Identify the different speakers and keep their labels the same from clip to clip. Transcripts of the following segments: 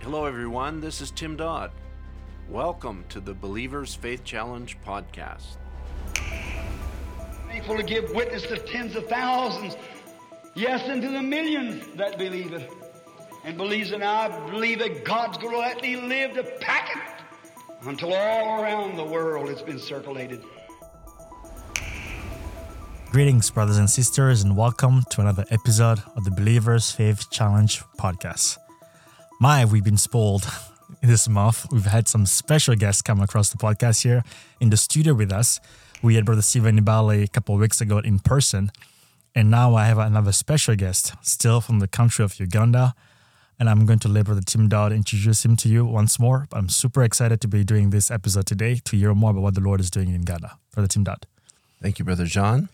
Speaker 1: Hello, everyone. This is Tim Dodd. Welcome to the Believer's Faith Challenge podcast.
Speaker 2: Faithful to give witness to tens of thousands, yes, and to the millions that believe it. And believes it now, I believe that God's going to let me live to pack it until all around the world it's been circulated.
Speaker 3: Greetings, brothers and sisters, and welcome to another episode of the Believer's Faith Challenge podcast. My, we've been spoiled this month. We've had some special guests come across the podcast here in the studio with us. We had Brother Steven Nibali a couple of weeks ago in person, and now I have another special guest, still from the country of Uganda. And I'm going to let Brother Tim Dodd introduce him to you once more. I'm super excited to be doing this episode today to hear more about what the Lord is doing in Ghana. Brother Tim Dodd.
Speaker 1: Thank you, Brother John.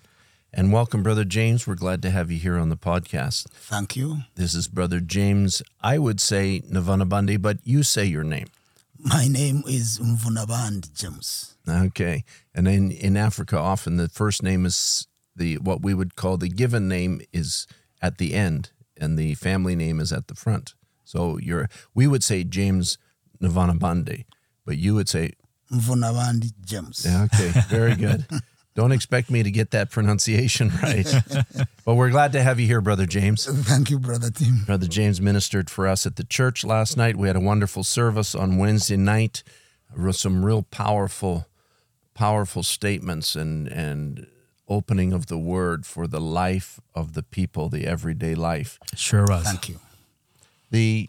Speaker 1: And welcome, Brother James. We're glad to have you here on the podcast.
Speaker 4: Thank you.
Speaker 1: This is Brother James. I would say Navanabandi, but you say your name.
Speaker 4: My name is Mvunaband James.
Speaker 1: Okay. And in, in Africa, often the first name is the what we would call the given name is at the end, and the family name is at the front. So you're we would say James Navanabandi, but you would say
Speaker 4: Mvunaband James.
Speaker 1: Yeah, Okay, very good. Don't expect me to get that pronunciation right. but we're glad to have you here, Brother James.
Speaker 4: Thank you, Brother Tim.
Speaker 1: Brother James ministered for us at the church last night. We had a wonderful service on Wednesday night. Re- Some real powerful, powerful statements and and opening of the word for the life of the people, the everyday life.
Speaker 3: Sure was.
Speaker 4: Thank you.
Speaker 1: The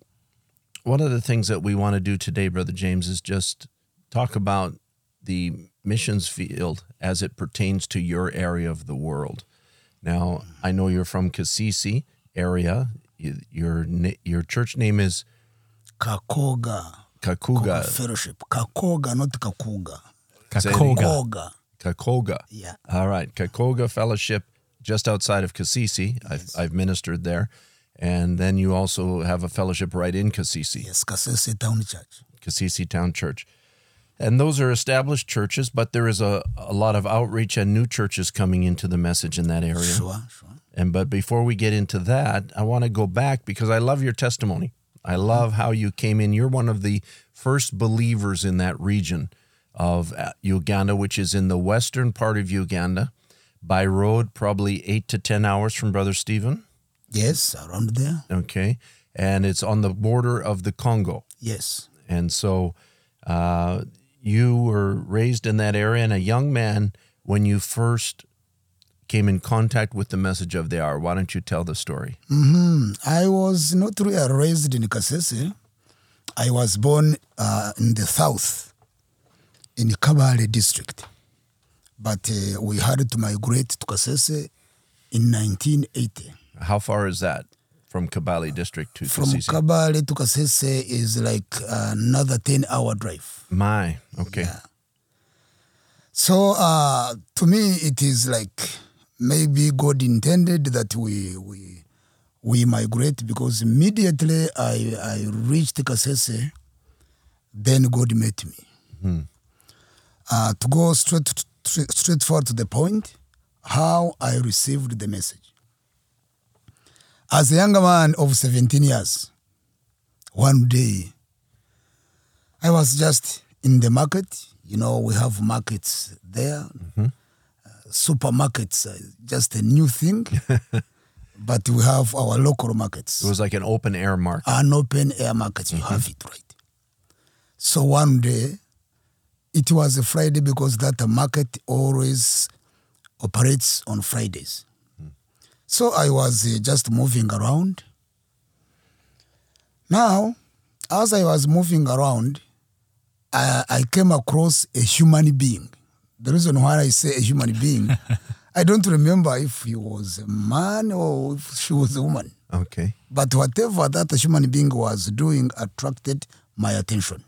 Speaker 1: one of the things that we want to do today, Brother James, is just talk about the missions field as it pertains to your area of the world. Now, I know you're from Kasisi area. You- Your na- your church name is
Speaker 4: Kakoga. Koga
Speaker 1: Kakuga
Speaker 4: Fellowship. Kakoga, not Kakuga.
Speaker 3: Kakoga.
Speaker 4: Koga.
Speaker 1: Kakoga.
Speaker 4: Yeah.
Speaker 1: All right, Kakoga Fellowship, just outside of Kasisi. I've, I've ministered there, and then you also have a fellowship right in Kasisi.
Speaker 4: Yes, Kasese Town Church.
Speaker 1: Cassisi Town Church. And those are established churches, but there is a, a lot of outreach and new churches coming into the message in that area.
Speaker 4: Sure, sure.
Speaker 1: And but before we get into that, I want to go back because I love your testimony. I love how you came in. You're one of the first believers in that region of uh, Uganda, which is in the western part of Uganda, by road, probably eight to 10 hours from Brother Stephen.
Speaker 4: Yes, around there.
Speaker 1: Okay. And it's on the border of the Congo.
Speaker 4: Yes.
Speaker 1: And so uh, you were raised in that area and a young man when you first came in contact with the message of the hour. Why don't you tell the story?
Speaker 4: hmm I was not really raised in Kasese. I was born uh, in the south, in Kabale district. But uh, we had to migrate to Kasese in 1980.
Speaker 1: How far is that from Kabale district to
Speaker 4: From
Speaker 1: Kasisi?
Speaker 4: Kabale to Kasese is like another 10 hour drive.
Speaker 1: My, okay.
Speaker 4: So uh, to me, it is like maybe God intended that we we we migrate because immediately I I reached Kasese, then God met me. Uh, to go straight straight straightforward to the point, how I received the message. As a younger man of 17 years, one day I was just in the market. You know, we have markets there, Uh, supermarkets, uh, just a new thing. but we have our local markets,
Speaker 1: It was like an open air market.
Speaker 4: an open air market. You have it right. So one day, it was a Friday because that market always operates on Fridays. So I was uh, just moving around. Now, as I was moving around, I, I came across a human being. The reason why I say a human being, I don't remember if he was a man or if she was a woman.
Speaker 1: Okay.
Speaker 4: But whatever that human being was doing attracted my attention.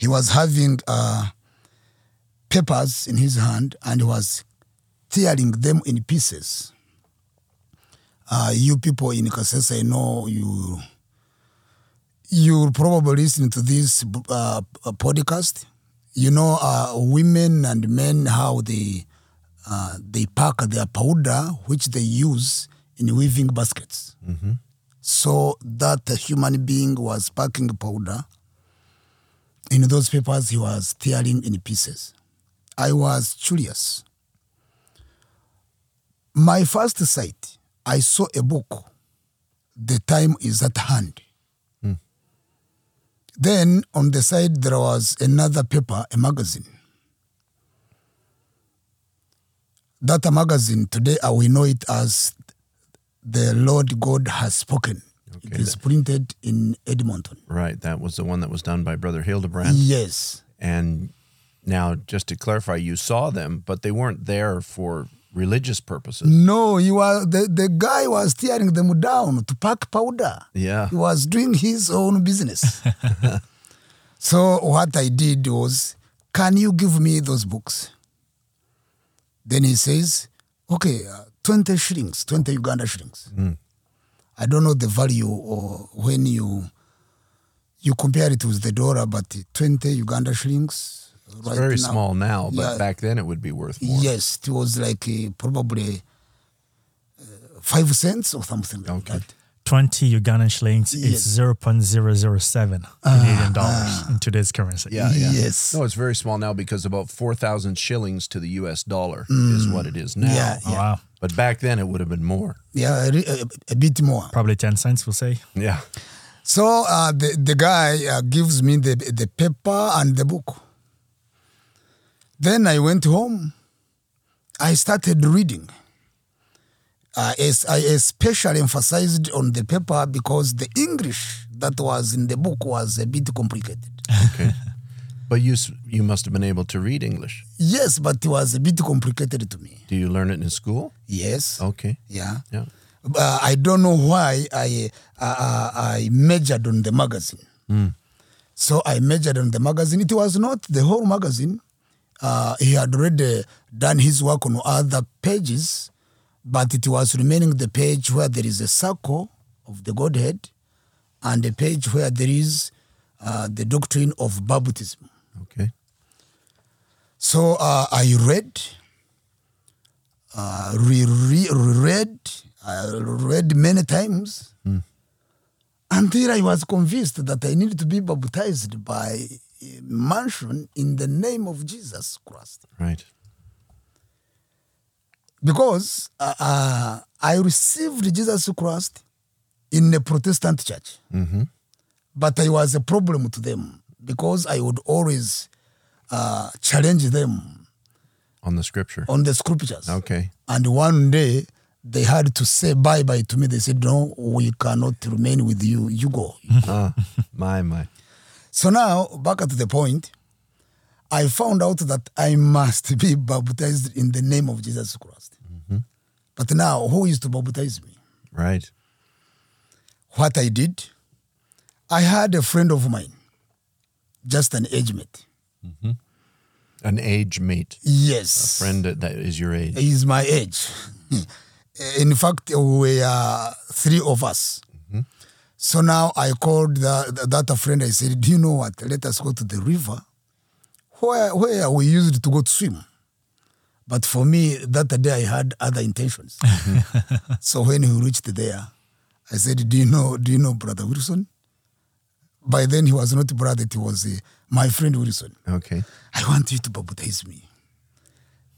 Speaker 4: He was having uh, papers in his hand and he was tearing them in pieces. Uh, you people in Kasese, I know you. You'll probably listen to this uh, podcast. You know, uh, women and men how they uh, they pack their powder, which they use in weaving baskets. saw that a human being was packing powder. In those papers, he was tearing in pieces. I was curious. My first sight, I saw a book. The time is at hand. Then on the side, there was another paper, a magazine. That magazine, today uh, we know it as The Lord God Has Spoken. It
Speaker 1: Okay.
Speaker 4: is printed in Edmonton.
Speaker 1: Right. That was the one that was done by Brother Hildebrand.
Speaker 4: Mm. Yes.
Speaker 1: And now, just to clarify, you saw them, but they weren't there for religious purposes.
Speaker 4: No, you are the, the guy was tearing them down to pack powder.
Speaker 1: Yeah.
Speaker 4: He was doing his own business. so what I did was, can you give me those books? Then he says, okay, uh, 20 shillings, 20 Uganda shillings.
Speaker 1: Mm.
Speaker 4: I don't know the value or when you you compare it with the dollar, but 20 Uganda shillings. right
Speaker 1: Very
Speaker 4: now-
Speaker 1: small now, but
Speaker 4: Yeah.
Speaker 1: back then it would be worth more.
Speaker 4: Yes, it was like uh, probably uh, five cents or something like
Speaker 1: Okay.
Speaker 4: that.
Speaker 3: 20 Ugandan shillings
Speaker 4: Yes.
Speaker 3: is 0.007 Canadian dollars in today's currency.
Speaker 1: Ah, Yeah, Ah, yeah.
Speaker 4: Yes.
Speaker 1: No, it's very small now because about 4,000 shillings to the US dollar is what it is now.
Speaker 4: Mm. Yeah,
Speaker 3: Oh, Wow.
Speaker 1: But back then it would have been more.
Speaker 4: Yeah, a, re- a, a bit more.
Speaker 3: Probably 10 cents, we'll say.
Speaker 1: Yeah.
Speaker 4: So uh, the, the guy uh, gives me the, the paper and the book. Then I went home. I started reading. Uh, es- I especially emphasized on the paper because the English that was in the book was a bit complicated.
Speaker 1: Okay. but you s- you must have been able to read English.
Speaker 4: Yes, but it was a bit complicated to me.
Speaker 1: Do you learn it in school?
Speaker 4: Yes.
Speaker 1: Okay.
Speaker 4: Yeah.
Speaker 1: Yeah.
Speaker 4: uh, I don't know why I uh, I measured on the magazine. So I measured on the magazine. It was not the whole magazine. Uh, he had already done his work on other pages, but it was remaining the page where there is a circle of the Godhead and a page where there is uh, the doctrine of baptism.
Speaker 1: Okay.
Speaker 4: So uh, I read, uh, re- re- reread, I read many times until I was convinced that I needed to be baptized by mansion in the name of Jesus Christ.
Speaker 1: Right.
Speaker 4: Because uh, uh, I received Jesus Christ in a Protestant church. But I was a problem to them because I would always uh, challenge them
Speaker 1: On the scripture.
Speaker 4: on the scriptures.
Speaker 1: Okay.
Speaker 4: And one day they had to say bye bye to me. They said, No, we cannot remain with you. You go.
Speaker 1: Ah, my, my.
Speaker 4: so now, back at the point, I found out that I must be baptized in the name of Jesus Christ. But now, who is to baptize me?
Speaker 1: Right.
Speaker 4: What I did, I had a friend of mine, just an age mate.
Speaker 1: An age mate.
Speaker 4: Yes.
Speaker 1: Friend that that is your age.
Speaker 4: He's my age. In fact, we are three of us. So now I called the, the, that friend. I said, "Do you know what? Let us go to the river, where where we used to go to swim." But for me, that day I had other intentions. so when we reached there, I said, "Do you know? Do you know Brother Wilson?" By then he was not brother; he was uh, my friend Wilson.
Speaker 1: Okay.
Speaker 4: I want you to baptize me.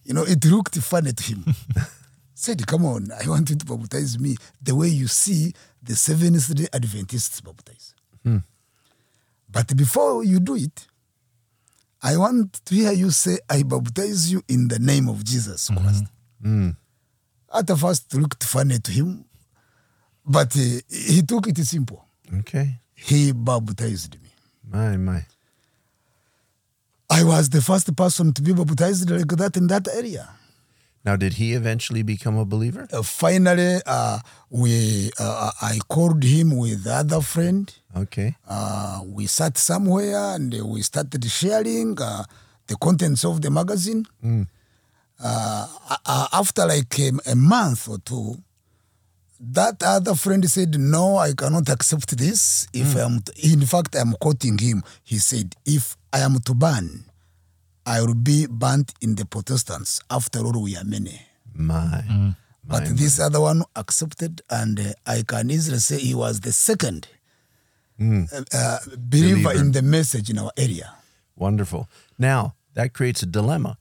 Speaker 4: You know, it looked funny to him. Said, come on, I want you to baptize me the way you see the Seventh day Adventists baptize. But before you do it, I want to hear you say, I baptize you in the name of Jesus Christ. At first, it looked funny to him, but uh, he took it simple.
Speaker 1: Okay.
Speaker 4: He baptized me.
Speaker 1: My, my.
Speaker 4: I was the first person to be baptized like that in that area.
Speaker 1: Now, did he eventually become a believer?
Speaker 4: Uh, finally, uh, we uh, I called him with the other friend.
Speaker 1: Okay.
Speaker 4: Uh, we sat somewhere and we started sharing uh, the contents of the magazine. Uh, a- a- after like um, a month or two, that other friend said, "No, I cannot accept this. If I am, t- in fact, I am quoting him. He said, "If I am to burn, I will be burnt in the Protestants. After all, we are many."
Speaker 1: My.
Speaker 4: but this other one accepted, and uh, I can easily say he was the second uh, uh, believer,
Speaker 1: Believer.
Speaker 4: in the message in our area.
Speaker 1: Wonderful. Now that creates a dilemma.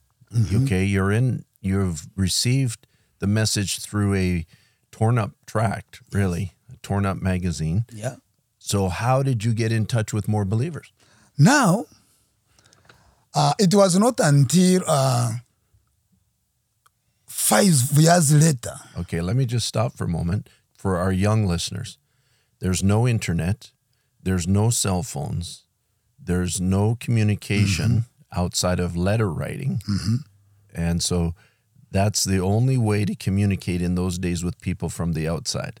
Speaker 1: Okay, you're in. You've received the message through a torn up tract, really, a torn up magazine.
Speaker 4: Yeah.
Speaker 1: So how did you get in touch with more believers?
Speaker 4: Now, uh, it was not until uh, five years later.
Speaker 1: Okay, let me just stop for a moment for our young listeners. There's no internet, there's no cell phones, there's no communication
Speaker 4: Mm-hmm.
Speaker 1: outside of letter writing. And so that's the only way to communicate in those days with people from the outside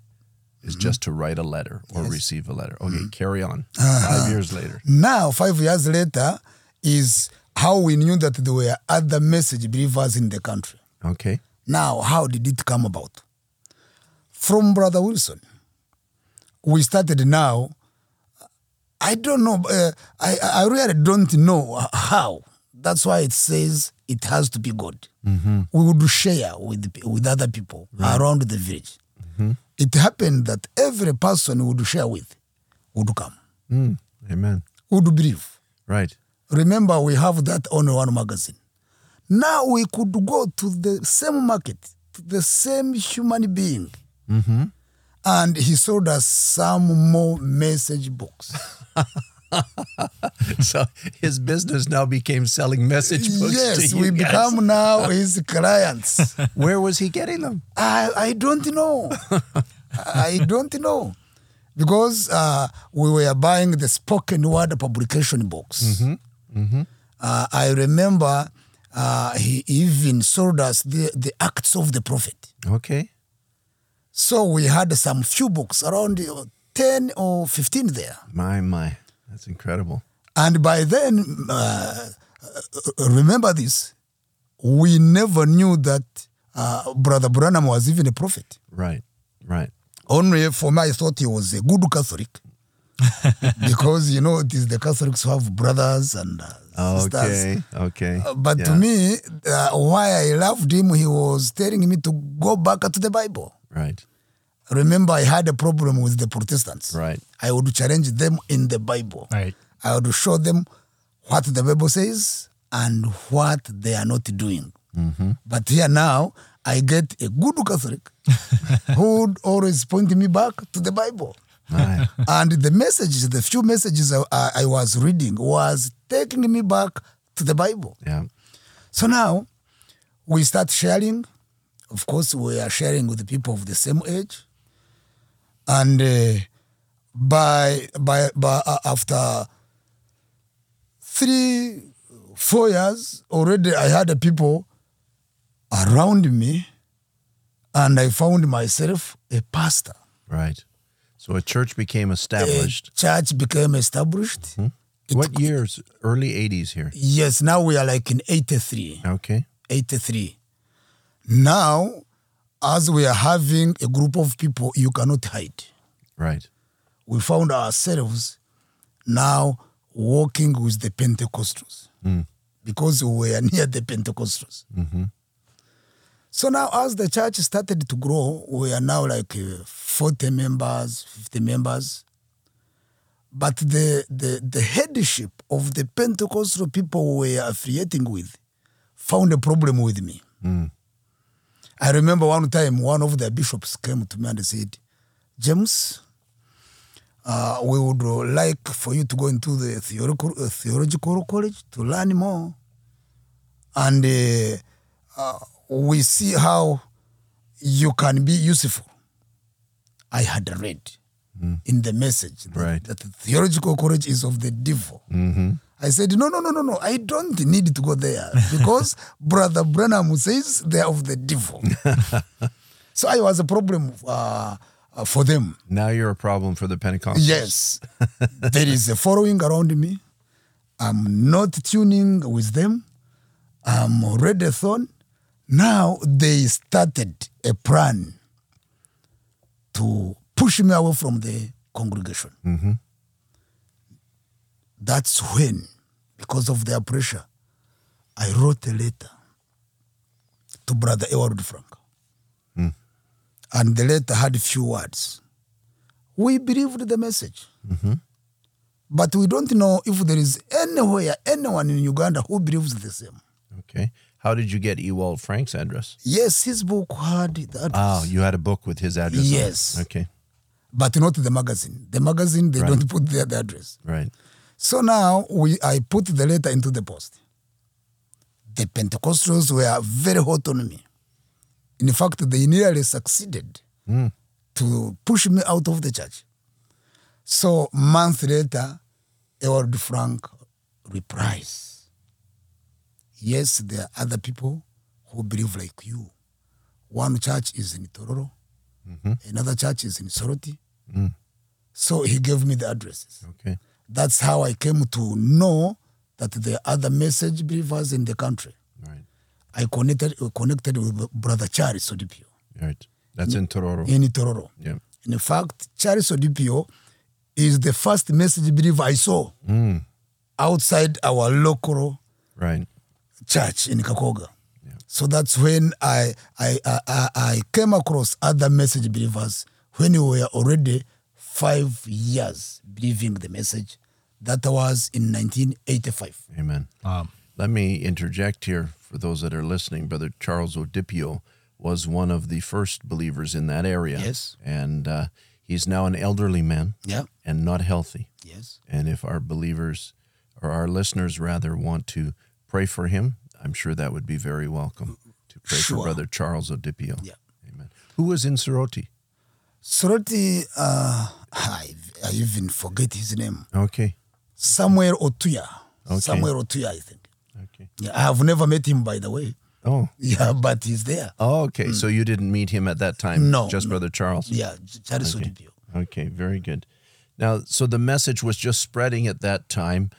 Speaker 1: is
Speaker 4: Mm-hmm.
Speaker 1: just to write a letter or receive a letter. Okay, carry on. Five years later.
Speaker 4: Now, five years later, is how we knew that there were other message believers in the country.
Speaker 1: Okay.
Speaker 4: Now, how did it come about? From Brother Wilson. We started now. I don't know. Uh, I, I really don't know how. That's why it says it has to be God. We would share with, with other people around the village. It happened that every person we would share with would come,
Speaker 1: Mm, amen.
Speaker 4: would believe.
Speaker 1: Right.
Speaker 4: Remember, we have that only one magazine. Now we could go to the same market, to the same human being.
Speaker 1: Mm-hmm.
Speaker 4: And he sold us some more message books.
Speaker 1: So his business now became selling message books.
Speaker 4: yes,
Speaker 1: to you
Speaker 4: we
Speaker 1: guys.
Speaker 4: become now his clients.
Speaker 1: Where was he getting them?
Speaker 4: I, I don't know. I don't know. Because uh, we were buying the spoken word publication books. Uh, I remember uh, he even sold us the, the Acts of the Prophet.
Speaker 1: Okay.
Speaker 4: So we had some few books, around uh, 10 or 15 there.
Speaker 1: My, my. That's incredible.
Speaker 4: And by then, uh, remember this, we never knew that uh, Brother Branham was even a prophet.
Speaker 1: Right, right.
Speaker 4: Only for me, I thought he was a good Catholic. because, you know, it is the Catholics who have brothers and uh, sisters.
Speaker 1: Ah, Okay, okay.
Speaker 4: Uh, But to
Speaker 1: Yeah,
Speaker 4: me, uh, why I loved him, he was telling me to go back to the Bible.
Speaker 1: Right,
Speaker 4: Remember, I had a problem with the Protestants.
Speaker 1: right.
Speaker 4: I would challenge them in the Bible.
Speaker 3: Right.
Speaker 4: I would show them what the Bible says and what they are not doing. But here now, I get a good Catholic who would always point me back to the Bible.
Speaker 1: My,
Speaker 4: And the messages, the few messages I, I- I was reading, was taking me back to the Bible.
Speaker 1: yeah,
Speaker 4: So now we start sharing. Of course, we are sharing with the people of the same age. And uh, by by by uh, after three four years already, I had the people around me, and I found myself a pastor.
Speaker 1: right. So a church became
Speaker 4: A
Speaker 1: established. Hmm.
Speaker 4: church became established. Eh,
Speaker 1: what years? Early 80s here.
Speaker 4: Yes, now we are like in eighty three.
Speaker 1: Okay,
Speaker 4: 83. Now, as we are having a group of people, you cannot hide.
Speaker 1: right.
Speaker 4: We found ourselves now walking with the Pentecostals because we were near the Pentecostals. So now, as the church started to grow, we are now like uh, 40 members, 50 members. But the, the, the headship of the Pentecostal people we are affiliating with found a problem with me. I remember one time one of the bishops came to me and said, James, uh, we would like for you to go into the theological, uh, theological college to learn more. And uh, uh, we see how you can be useful. I had read in the message that,
Speaker 1: Right.
Speaker 4: that the theological college is of the devil. I said, no, no, no, no, no. I don't need to go there because Brother Branham says they're of the devil. so I was a problem uh, uh, for them.
Speaker 1: Now you're a problem for the Pentecostals.
Speaker 4: Yes. there is a following around me. I'm not tuning with them. I'm already thorn. Now they started a plan to push me away from the congregation. That's when, because of their pressure, I wrote a letter to Brother Edward Frank and the letter had few words. We believed the message.
Speaker 1: Mm-hmm.
Speaker 4: But we don't know if there is anywhere, anyone in Uganda who believes the same.
Speaker 1: Okay. How did you get Ewald Frank's address?
Speaker 4: Yes, his book had the address,
Speaker 1: Oh, you had a book with his address. on it.
Speaker 4: Yes.
Speaker 1: Okay.
Speaker 4: but not the magazine. The magazine, they
Speaker 1: Right.
Speaker 4: don't put their the address.
Speaker 1: Right.
Speaker 4: So now we, I put the letter into the post. The Pentecostals were very hot on me. In fact, they nearly succeeded to push me out of the church. So month later, Ewald Frank replies. Yes, there are other people who believe like you. One church is in Tororo, another church is in Soroti. So he gave me the addresses
Speaker 1: Okay.
Speaker 4: that's how I came to know that there are other message believers in the country.
Speaker 1: Right.
Speaker 4: I connected connected with Brother Charles Odipio
Speaker 1: Right. That's in Tororo.
Speaker 4: in Tororo.
Speaker 1: Yeah.
Speaker 4: In fact, Charles Odipio is the first message believer I saw
Speaker 1: Mm.
Speaker 4: outside our local
Speaker 1: Right.
Speaker 4: church in Kakoga.
Speaker 1: Yeah.
Speaker 4: So that's when I I, I I I came across other message believers when we were already five years believing the message. That was in 1985.
Speaker 1: Amen.
Speaker 3: Um,
Speaker 1: Let me interject here for those that are listening. Brother Charles Odipio was one of the first believers in that area.
Speaker 4: Yes.
Speaker 1: And uh, he's now an elderly man
Speaker 4: Yeah.
Speaker 1: and not healthy.
Speaker 4: Yes.
Speaker 1: And if our believers or our listeners rather want to pray for him, I'm sure that would be very welcome to pray for
Speaker 4: Sure.
Speaker 1: Brother Charles Odipio.
Speaker 4: Yeah.
Speaker 1: Amen. Who was in Soroti?
Speaker 4: Soroti, uh, I, I even forget his name.
Speaker 1: Okay.
Speaker 4: Samuel Otuya.
Speaker 1: Okay.
Speaker 4: Samuel Otuya, I think.
Speaker 1: Okay.
Speaker 4: Yeah, I have never met him, by the way.
Speaker 1: Oh.
Speaker 4: Yeah, but he's there.
Speaker 1: Oh, okay. So you didn't meet him at that time?
Speaker 4: Mm. No,
Speaker 1: Just
Speaker 4: no.
Speaker 1: Brother Charles?
Speaker 4: Yeah, Charles
Speaker 1: Okay.
Speaker 4: Odipio.
Speaker 1: Okay, very good. Now, so the message was just spreading at that time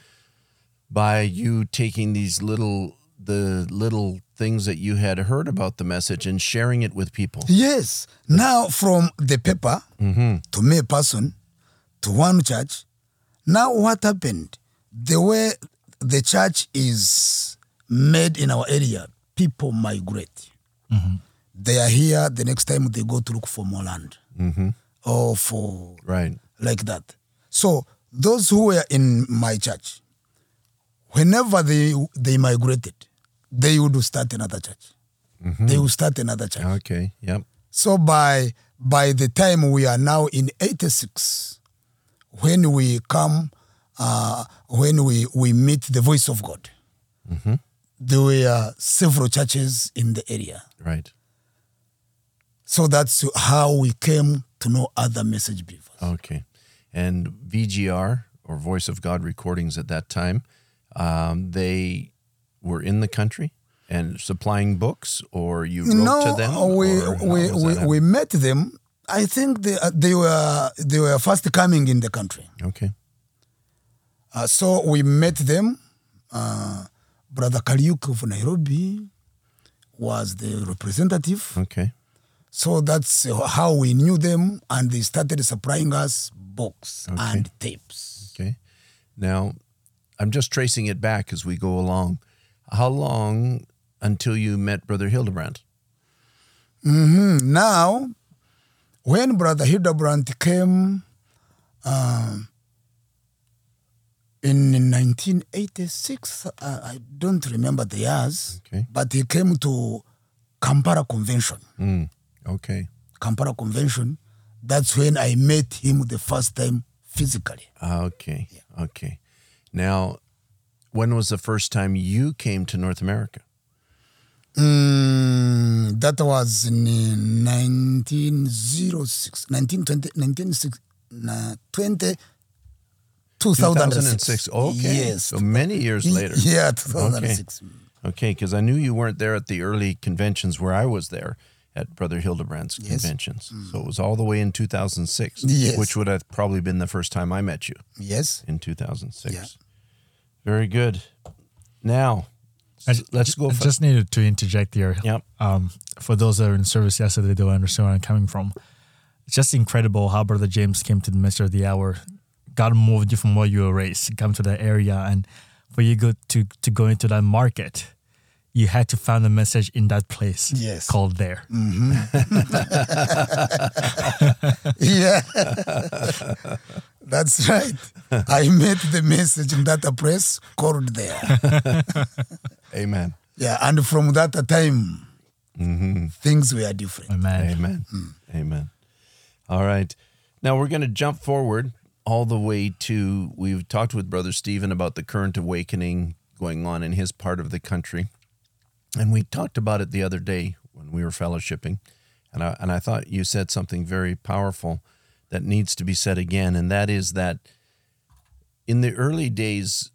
Speaker 1: by you taking these little the little things that you had heard about the message and sharing it with people.
Speaker 4: Yes. Now, from the paper to me person to one church, now what happened? The way the church is made in our area, people migrate. They are here the next time they go to look for more land or for
Speaker 1: Right.
Speaker 4: like that. So those who were in my church, whenever they they migrated, they would start another church. They would start another church.
Speaker 1: Okay. Yep.
Speaker 4: So by by the time we are now in '86, when we come, uh, when we we meet the voice of God,
Speaker 1: Mm-hmm.
Speaker 4: there were several churches in the area.
Speaker 1: Right.
Speaker 4: So that's how we came to know other message believers.
Speaker 1: Okay. And VGR or Voice of God recordings at that time, um, they were in the country and supplying books, or you wrote to them.
Speaker 4: we
Speaker 1: or how
Speaker 4: we
Speaker 1: was
Speaker 4: we,
Speaker 1: that
Speaker 4: we met them. I think they uh, they were they were first coming in the country.
Speaker 1: happening? Okay.
Speaker 4: Uh, so we met them. Uh, Brother Kariuki of Nairobi was the representative.
Speaker 1: Okay.
Speaker 4: So that's how we knew them, and they started supplying us books and tapes.
Speaker 1: Okay. Now, I'm just tracing it back as we go along. How long until you met Brother Hildebrand?
Speaker 4: Mm, Now, when Brother Hildebrandt came um, in 1986, I, I don't remember the years,
Speaker 1: Okay.
Speaker 4: but he came to Kampala Convention.
Speaker 1: Mm. Okay.
Speaker 4: Kampala Convention, that's when I met him the first time physically.
Speaker 1: Okay. Okay. Now, when was the first time you came to North America?
Speaker 4: Mm, that was in 1906, 1920, 1906, na- 20, 2006.
Speaker 1: 2006. Okay.
Speaker 4: Yes.
Speaker 1: So many years later.
Speaker 4: Yeah, 2006.
Speaker 1: Okay, because I knew you weren't there at the early conventions where I was there at Brother Hildebrand's conventions. So it was all the way in 2006,
Speaker 4: Mm. Yes.
Speaker 1: which would have probably been the first time I met you
Speaker 4: Yes.
Speaker 1: in 2006.
Speaker 4: Yeah.
Speaker 1: Very good. Now,
Speaker 3: I,
Speaker 1: s- let's go.
Speaker 3: I
Speaker 1: for-
Speaker 3: just needed to interject here.
Speaker 1: Yep.
Speaker 3: Um, for those that are in service yesterday, they'll understand where I'm coming from. It's just incredible how Brother James came to the minister of the hour. God moved you from where you were raised, come to that area, and for you go to to go into that market, you had to find the message in that place
Speaker 4: Yes.
Speaker 3: called there.
Speaker 1: Mm.
Speaker 4: Yeah. That's right. I made the message in that press called there.
Speaker 1: Amen.
Speaker 4: Yeah. And from that time,
Speaker 1: Mm-hmm.
Speaker 4: things were different.
Speaker 3: Amen.
Speaker 1: Amen. Hmm. Amen. All right. Now we're going to jump forward all the way to we've talked with Brother Stephen about the current awakening going on in his part of the country. And we talked about it the other day when we were fellowshipping. And I, and I thought you said something very powerful that needs to be said again. And that is that in the early days,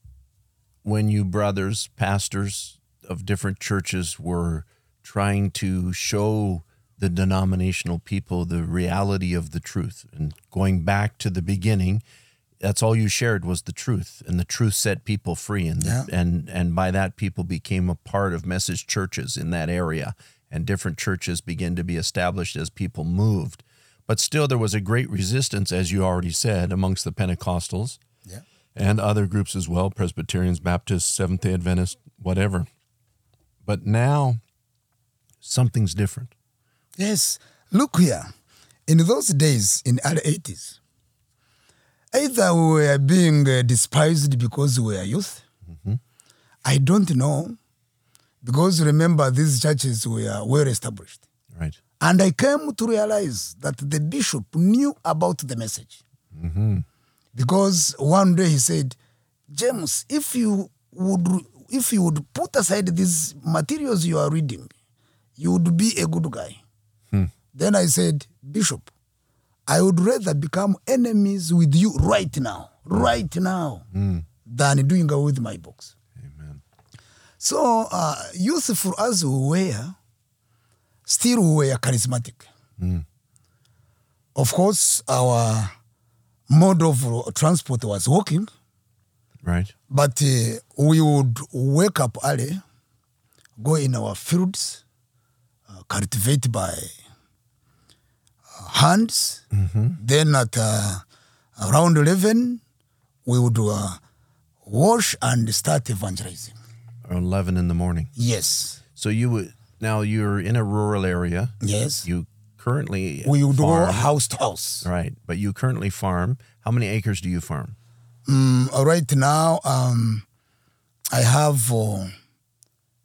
Speaker 1: when you brothers, pastors of different churches were trying to show the denominational people the reality of the truth and going back to the beginning that's all you shared was the truth and the truth set people free and
Speaker 4: Yeah.
Speaker 1: and and by that people became a part of message churches in that area and different churches began to be established as people moved but still there was a great resistance as you already said amongst the pentecostals
Speaker 4: Yeah.
Speaker 1: and other groups as well Presbyterians, Baptists, Seventh day Adventists, whatever. But now something's different.
Speaker 4: Yes. Look here. In those days, in early 80s, either we were being uh, despised because we were youth. I don't know. Because remember, these churches were well established.
Speaker 1: Right.
Speaker 4: And I came to realize that the bishop knew about the message. Because one day he said, James, if you would if you would put aside these materials you are reading, you would be a good guy. Then I said, Bishop, I would rather become enemies with you right now, right now, than doing away with my books.
Speaker 1: Amen.
Speaker 4: So uh, youth for us who were still we were charismatic. Of course, our mode of transport was walking,
Speaker 1: Right.
Speaker 4: but uh, we would wake up early, go in our fields, uh, cultivate by uh, hands. Then at uh, around 11, we would uh, wash and start evangelizing.
Speaker 1: Around 11 in the morning.
Speaker 4: Yes,
Speaker 1: So you would, now you're in a rural area.
Speaker 4: yes.
Speaker 1: You currently
Speaker 4: we would go
Speaker 1: farm.
Speaker 4: house to house.
Speaker 1: Right. But you currently farm. How many acres do you farm?
Speaker 4: Mm, right now, um, I have uh,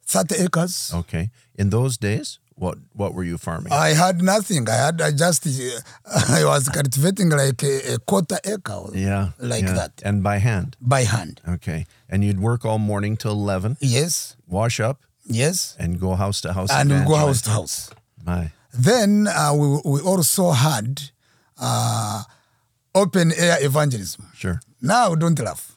Speaker 4: 30 acres.
Speaker 1: Okay. In those days, what what were you farming?
Speaker 4: I had nothing. I had I just uh, I was cultivating like a, a quarter acre, or
Speaker 1: yeah.
Speaker 4: like
Speaker 1: yeah.
Speaker 4: that
Speaker 1: And by hand.
Speaker 4: by hand.
Speaker 1: Okay. And you'd work all morning till 11,
Speaker 4: Yes,
Speaker 1: wash up,
Speaker 4: yes,
Speaker 1: and go house to house.
Speaker 4: and we go house
Speaker 1: evangelize.
Speaker 4: to house.
Speaker 1: My.
Speaker 4: Then uh, we we also had uh, open air evangelism.
Speaker 1: Sure.
Speaker 4: Now don't laugh.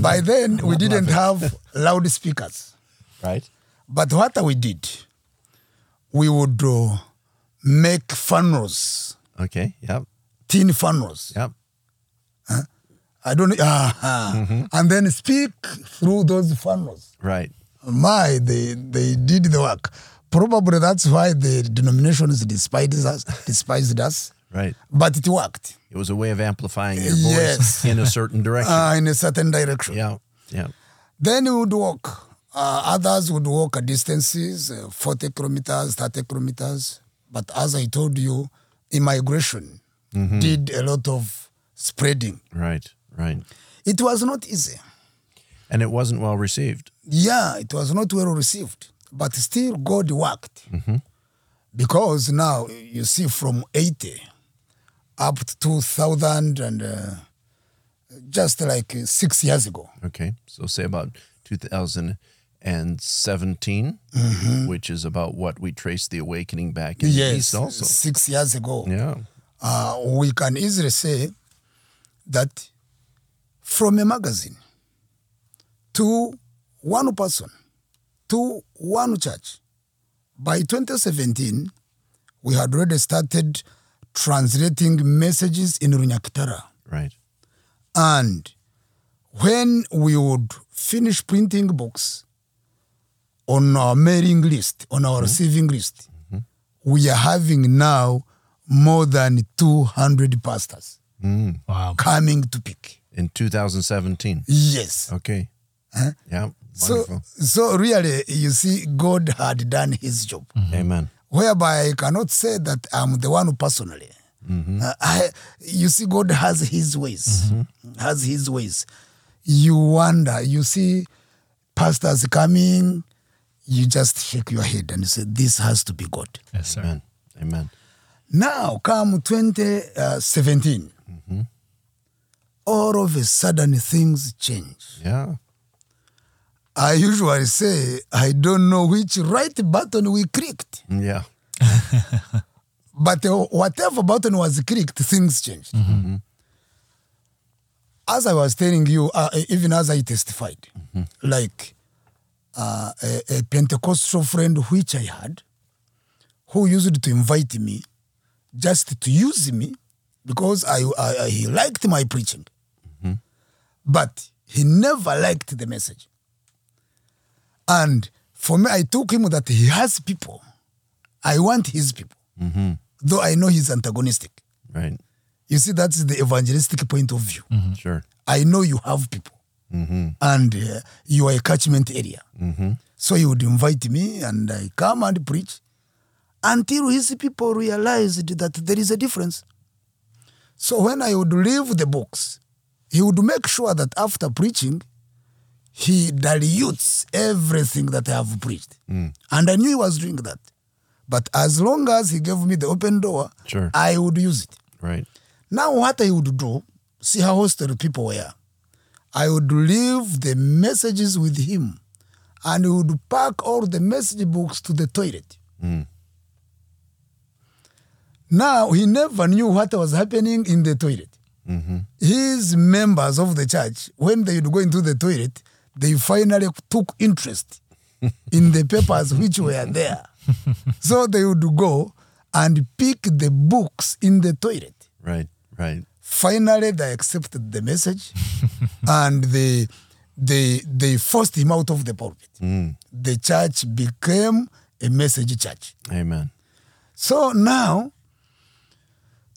Speaker 4: by then we didn't have loudspeakers.
Speaker 1: Right.
Speaker 4: But what we did, we would uh, make funnels,
Speaker 1: Okay. Yep.
Speaker 4: tin funnels.
Speaker 1: Yep.
Speaker 4: I don't know. ah, ah. And then speak through those funnels.
Speaker 1: Right.
Speaker 4: My, they, they did the work. Probably that's why the denominations despised us. Despised us.
Speaker 1: Right.
Speaker 4: But it worked
Speaker 1: It was a way of amplifying your voice
Speaker 4: Yes.
Speaker 1: in a certain direction.
Speaker 4: uh, in a certain direction.
Speaker 1: yeah. Yeah.
Speaker 4: Then we would walk. Uh, others would walk distances, uh, 40 kilometers, 30 kilometers. But as I told you, immigration did a lot of spreading.
Speaker 1: Right. Right.
Speaker 4: It was not easy.
Speaker 1: And it wasn't well received.
Speaker 4: Yeah, it was not well received, but still God worked. Because now you see from 80 up to 2000 and uh, just like uh, six years ago.
Speaker 1: Okay. So say about 2017,
Speaker 4: Mm-hmm.
Speaker 1: which is about what we trace the awakening back in the East also.
Speaker 4: six years ago.
Speaker 1: Yeah.
Speaker 4: Uh, we can easily say that from a magazine to one person to one church, by 2017, we had already started translating messages in Runyakitara.
Speaker 1: Right.
Speaker 4: And when we would finish printing books on our mailing list, on our receiving list, we are having now more than 200 pastors
Speaker 3: Wow.
Speaker 1: Mm.
Speaker 4: coming to pick.
Speaker 1: In 2017.
Speaker 4: Yes.
Speaker 1: Okay.
Speaker 4: Huh?
Speaker 1: Yeah.
Speaker 4: So, so really, you see, God had done His job,
Speaker 3: Mm-hmm.
Speaker 1: Amen.
Speaker 4: whereby I cannot say that I'm the one personally. Uh, I, you see, God has His ways, has His ways. You wonder, you see, pastors coming, you just shake your head and say, "This has to be God."
Speaker 3: Yes, sir.
Speaker 1: Amen. Amen.
Speaker 4: Now, come 2017, all of a sudden things change.
Speaker 1: Yeah.
Speaker 4: I usually say I don't know which right button we clicked,
Speaker 1: Mm, Yeah.
Speaker 4: but uh, whatever button was clicked, things changed. Mm-hmm. As I was telling you, uh, even as I testified, like uh, a, a Pentecostal friend which I had, who used to invite me just to use me because I, I, I- he liked my preaching, but he never liked the message. And for me, I took him that he has people. I want his people, though I know he's antagonistic.
Speaker 1: Right.
Speaker 4: You see, that's the evangelistic point of view.
Speaker 3: Mm-hmm.
Speaker 1: Sure.
Speaker 4: I know you have people and uh, you are a catchment area. So he would invite me and I come and preach until his people realized that there is a difference. So when I would leave the box, he would make sure that after preaching, he dilutes everything that I have preached. And I knew he was doing that. But as long as he gave me the open door,
Speaker 1: Sure.
Speaker 4: I would use it.
Speaker 1: Right.
Speaker 4: Now, what I would do, see how hostile people were, I would leave the messages with him and he would pack all the message books to the toilet. Now, he never knew what was happening in the toilet. His members of the church, when they would go into the toilet, they finally took interest in the papers which were there. so they would go and pick the books in the toilet
Speaker 1: Right. Right.
Speaker 4: finally they accepted the message and they they they forced him out of the pulpit the church became a message church
Speaker 1: Amen.
Speaker 4: so now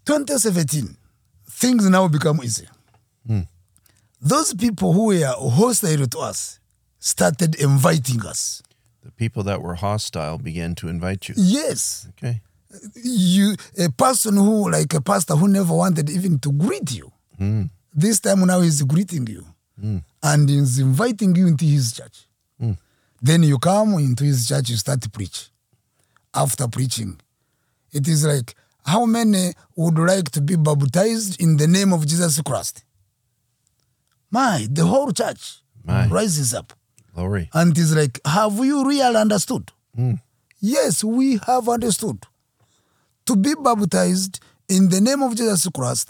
Speaker 4: 2017 things now become easy those people who were hostile to us started inviting us
Speaker 1: The people that were hostile began to invite you.
Speaker 4: yes
Speaker 1: Okay.
Speaker 4: you a person who like a pastor who never wanted even to greet you this time now he's greeting you and he's inviting you into his church then you come into his church you start to preach after preaching it is like how many would like to be baptized in the name of jesus christ my the whole church
Speaker 1: My.
Speaker 4: rises up
Speaker 1: Glory.
Speaker 4: and it's like, have you really understood? Yes, we have understood. To be baptized in the name of Jesus Christ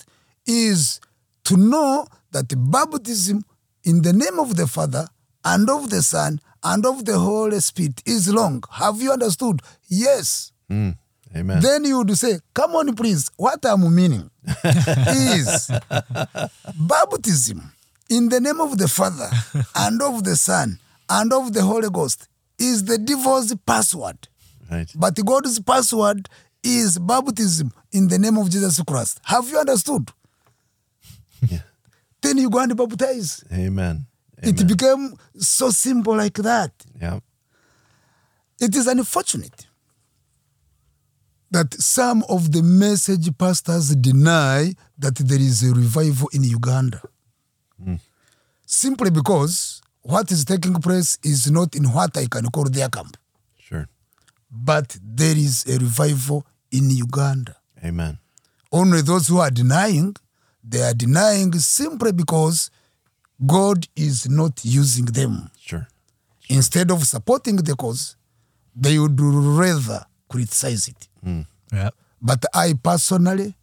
Speaker 4: is to know that baptism in the name of the Father and of the Son and of the Holy Spirit is long. Have you understood? Yes.
Speaker 1: Amen.
Speaker 4: Then you would say, Come on, please. What I'm meaning is baptism in the name of the Father and of the Son and of the Holy Ghost is the devil's password.
Speaker 1: right.
Speaker 4: But God's password is baptism in the name of Jesus Christ. Have you understood?
Speaker 1: Yeah.
Speaker 4: Then you go and baptize.
Speaker 1: Amen.
Speaker 4: It became so simple like that.
Speaker 1: Yeah.
Speaker 4: It is unfortunate that some of the message pastors deny that there is a revival in Uganda. Simply because what is taking place is not in what I can call their camp,
Speaker 1: Sure.
Speaker 4: but there is a revival in Uganda.
Speaker 1: Amen.
Speaker 4: Only those who are denying, they are denying simply because God is not using them.
Speaker 1: Sure.
Speaker 4: Instead of supporting the cause, they would rather criticize it.
Speaker 3: Yeah.
Speaker 4: But I personally,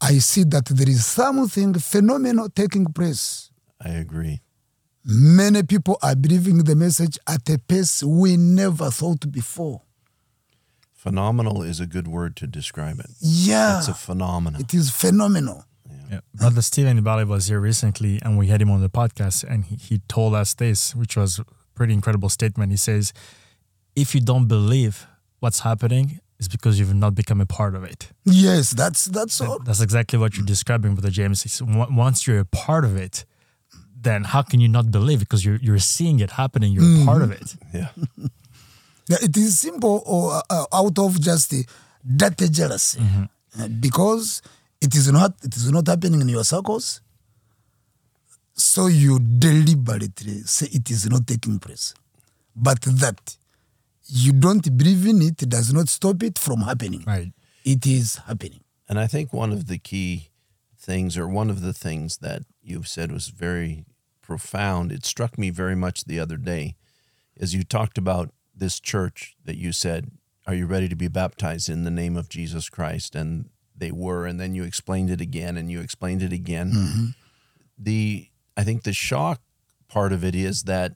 Speaker 4: I see that there is something phenomenal taking place.
Speaker 1: I agree.
Speaker 4: Many people are believing the message at a pace we never thought before.
Speaker 1: Phenomenal is a good word to describe it.
Speaker 4: Yeah,
Speaker 1: It's a phenomenon.
Speaker 4: it is phenomenal.
Speaker 3: Yeah. Brother Stephen Bali was here recently and we had him on the podcast and he, he told us this, which was a pretty incredible statement. He says, if you don't believe what's happening, it's because you've not become a part of it.
Speaker 4: Yes, that's that's all.
Speaker 3: That's exactly what you're describing, Brother James. It's on- once you're a part of it, then how can you not believe? Because you're you're seeing it happening. You're
Speaker 4: Mm-hmm.
Speaker 3: a part of it.
Speaker 1: Yeah.
Speaker 4: Yeah, it is simple or uh, out of just uh, dirty jealousy Uh, because it is not it is not happening in your circles so you deliberately say it is not taking place but that you don't believe in it does not stop it from happening
Speaker 3: Right.
Speaker 4: it is happening
Speaker 1: And I think one of the key things, or one of the things that you've said was very profound, it struck me very much the other day, is you talked about this church that you said, Are you ready to be baptized in the name of Jesus Christ? And they were. And then you explained it again and you explained it again. The I think the shock part of it is that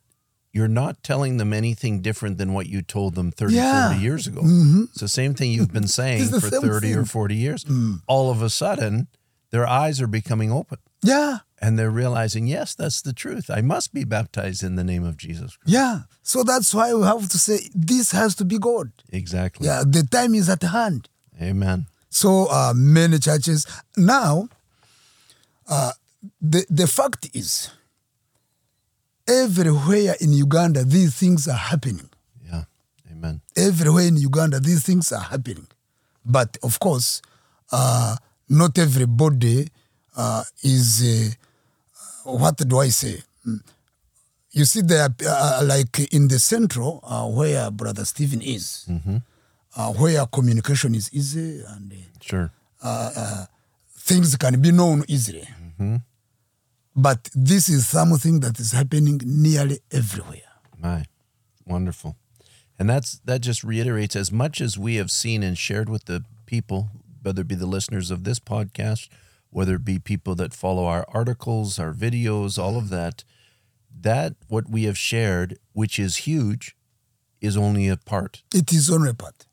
Speaker 1: you're not telling them anything different than what you told them 30,
Speaker 4: Yeah.
Speaker 1: 40 years ago. It's the same thing you've been saying
Speaker 4: the
Speaker 1: for
Speaker 4: same
Speaker 1: 30 or
Speaker 4: thing. Hmm.
Speaker 1: 40 years, all of a sudden their eyes are becoming open
Speaker 4: yeah
Speaker 1: and they're realizing, yes, that's the truth. I must be baptized in the name of Jesus Christ.
Speaker 4: yeah so that's why we have to say this has to be god
Speaker 1: Exactly.
Speaker 4: yeah the time is at hand
Speaker 1: Amen.
Speaker 4: So uh, many churches now. Uh, the the fact is, everywhere in Uganda these things are happening.
Speaker 1: Yeah. Amen.
Speaker 4: Everywhere in Uganda these things are happening, but of course, uh, not everybody uh, is. Uh, what do I say? Mm. You see, there are, uh, like in the central uh, where Brother Stephen is, uh, where communication is easy and. Uh,
Speaker 1: Sure.
Speaker 4: things can be known easily. But this is something that is happening nearly everywhere.
Speaker 1: My wonderful. And that's that just reiterates as much as we have seen and shared with the people, whether it be the listeners of this podcast, whether it be people that follow our articles, our videos, all of that, that what we have shared, which is huge, is only a part.
Speaker 4: It is on report.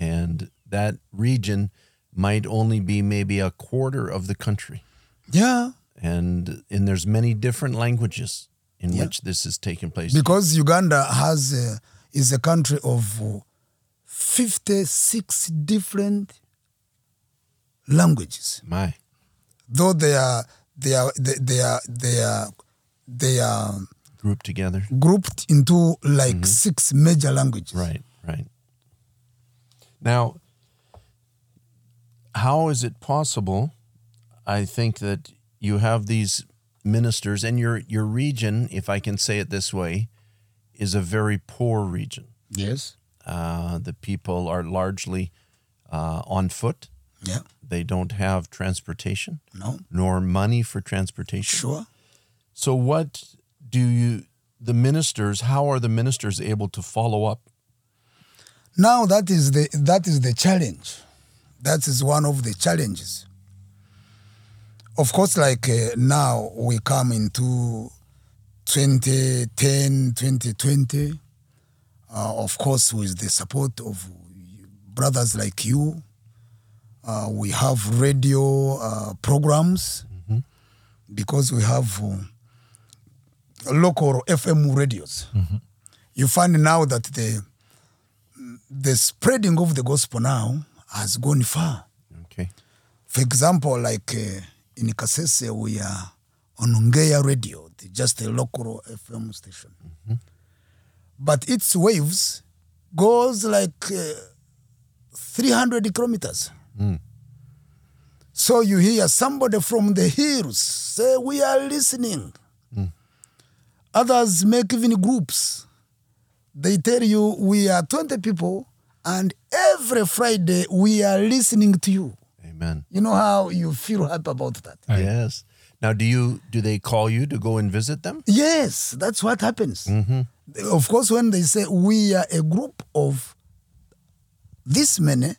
Speaker 1: And that region might only be maybe a quarter of the country.
Speaker 4: Yeah.
Speaker 1: And and there's many different languages in
Speaker 4: Yeah.
Speaker 1: which this is taking place.
Speaker 4: Because Uganda has a, is a country of uh, 56 different languages.
Speaker 1: My
Speaker 4: Though they are they are they, they are they are they are
Speaker 1: group together.
Speaker 4: grouped into like six major languages.
Speaker 1: Right, right. Now, how is it possible? I think that you have these ministers, and your your region, if I can say it this way, is a very poor region.
Speaker 4: Yes.
Speaker 1: Uh, the people are largely uh, on foot.
Speaker 4: Yeah.
Speaker 1: They don't have transportation,
Speaker 4: No.
Speaker 1: nor money for transportation.
Speaker 4: Sure.
Speaker 1: So, what do you, the ministers? How are the ministers able to follow up
Speaker 4: Now that is the that is the challenge. That is one of the challenges. Of course, like uh, now we come into 2010, 2020. Uh, of course, with the support of brothers like you, uh, we have radio uh, programs because we have uh, local FM radios. You find now that the the spreading of the gospel now has gone far.
Speaker 1: Okay.
Speaker 4: For example, like uh, in Kasese, we are on Ngeya Radio, the- just a local FM station. But its waves goes like uh, 300 kilometers. So you hear somebody from the hills say, we are listening. Others make even groups. They tell you, we are 20 people, and every Friday we are listening to you.
Speaker 1: Amen.
Speaker 4: You know how you feel happy about that?
Speaker 3: Right.
Speaker 1: Yes. Now, do you do they call you to go and visit them?
Speaker 4: Yes, that's what happens. Of course, when they say we are a group of this many,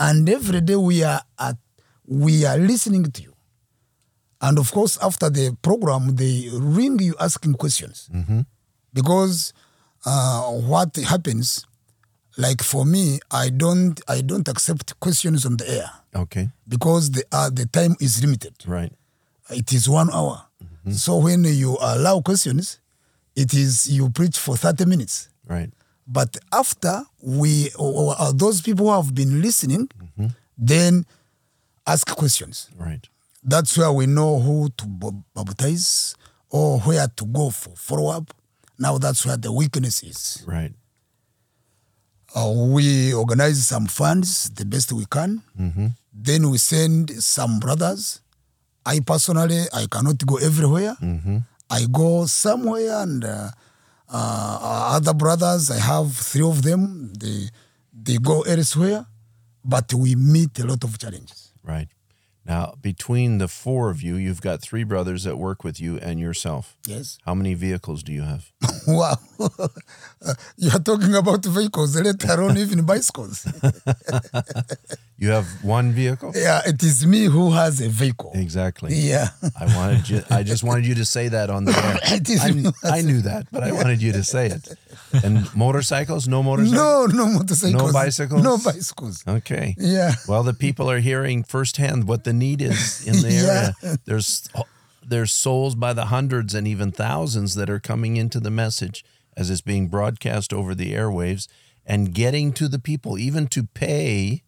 Speaker 4: and every day we are at, we are listening to you, and of course, after the program, they ring you asking questions because uh, what happens, like for me, I don't I don't accept questions on the air
Speaker 1: Okay.
Speaker 4: because the uh, the time is limited.
Speaker 1: Right.
Speaker 4: it is one hour. So when you allow questions, it is you preach for 30 minutes.
Speaker 1: Right.
Speaker 4: But after we, or, or those people who have been listening, then ask questions.
Speaker 1: Right.
Speaker 4: That's where we know who to b- baptize or where to go for follow up. Now that's where the weakness is.
Speaker 1: Right.
Speaker 4: Uh, we organize some funds the best we can. Then we send some brothers. I personally, I cannot go everywhere. I go somewhere and uh, uh, other brothers, I have three of them, they, they go elsewhere, but we meet a lot of challenges.
Speaker 1: Right. Now, between the four of you, you've got three brothers that work with you and yourself.
Speaker 4: Yes.
Speaker 1: How many vehicles do you have?
Speaker 4: Wow. you are talking about vehicles, let alone even bicycles.
Speaker 1: You have one vehicle?
Speaker 4: yeah, it is me who has a vehicle.
Speaker 1: Exactly.
Speaker 4: Yeah.
Speaker 1: I wanted you, I just wanted you to say that on the air.
Speaker 4: It is me.
Speaker 1: I, I knew that, but I wanted you to say it. And motorcycles? No motorcycles?
Speaker 4: No, no motorcycles.
Speaker 1: No bicycles?
Speaker 4: No bicycles.
Speaker 1: Okay.
Speaker 4: Yeah.
Speaker 1: Well, the people are hearing firsthand what the need is in the
Speaker 4: Yeah.
Speaker 1: area. There's there's souls by the hundreds and even thousands that are coming into the message as it's being broadcast over the airwaves and getting to the people, even to pay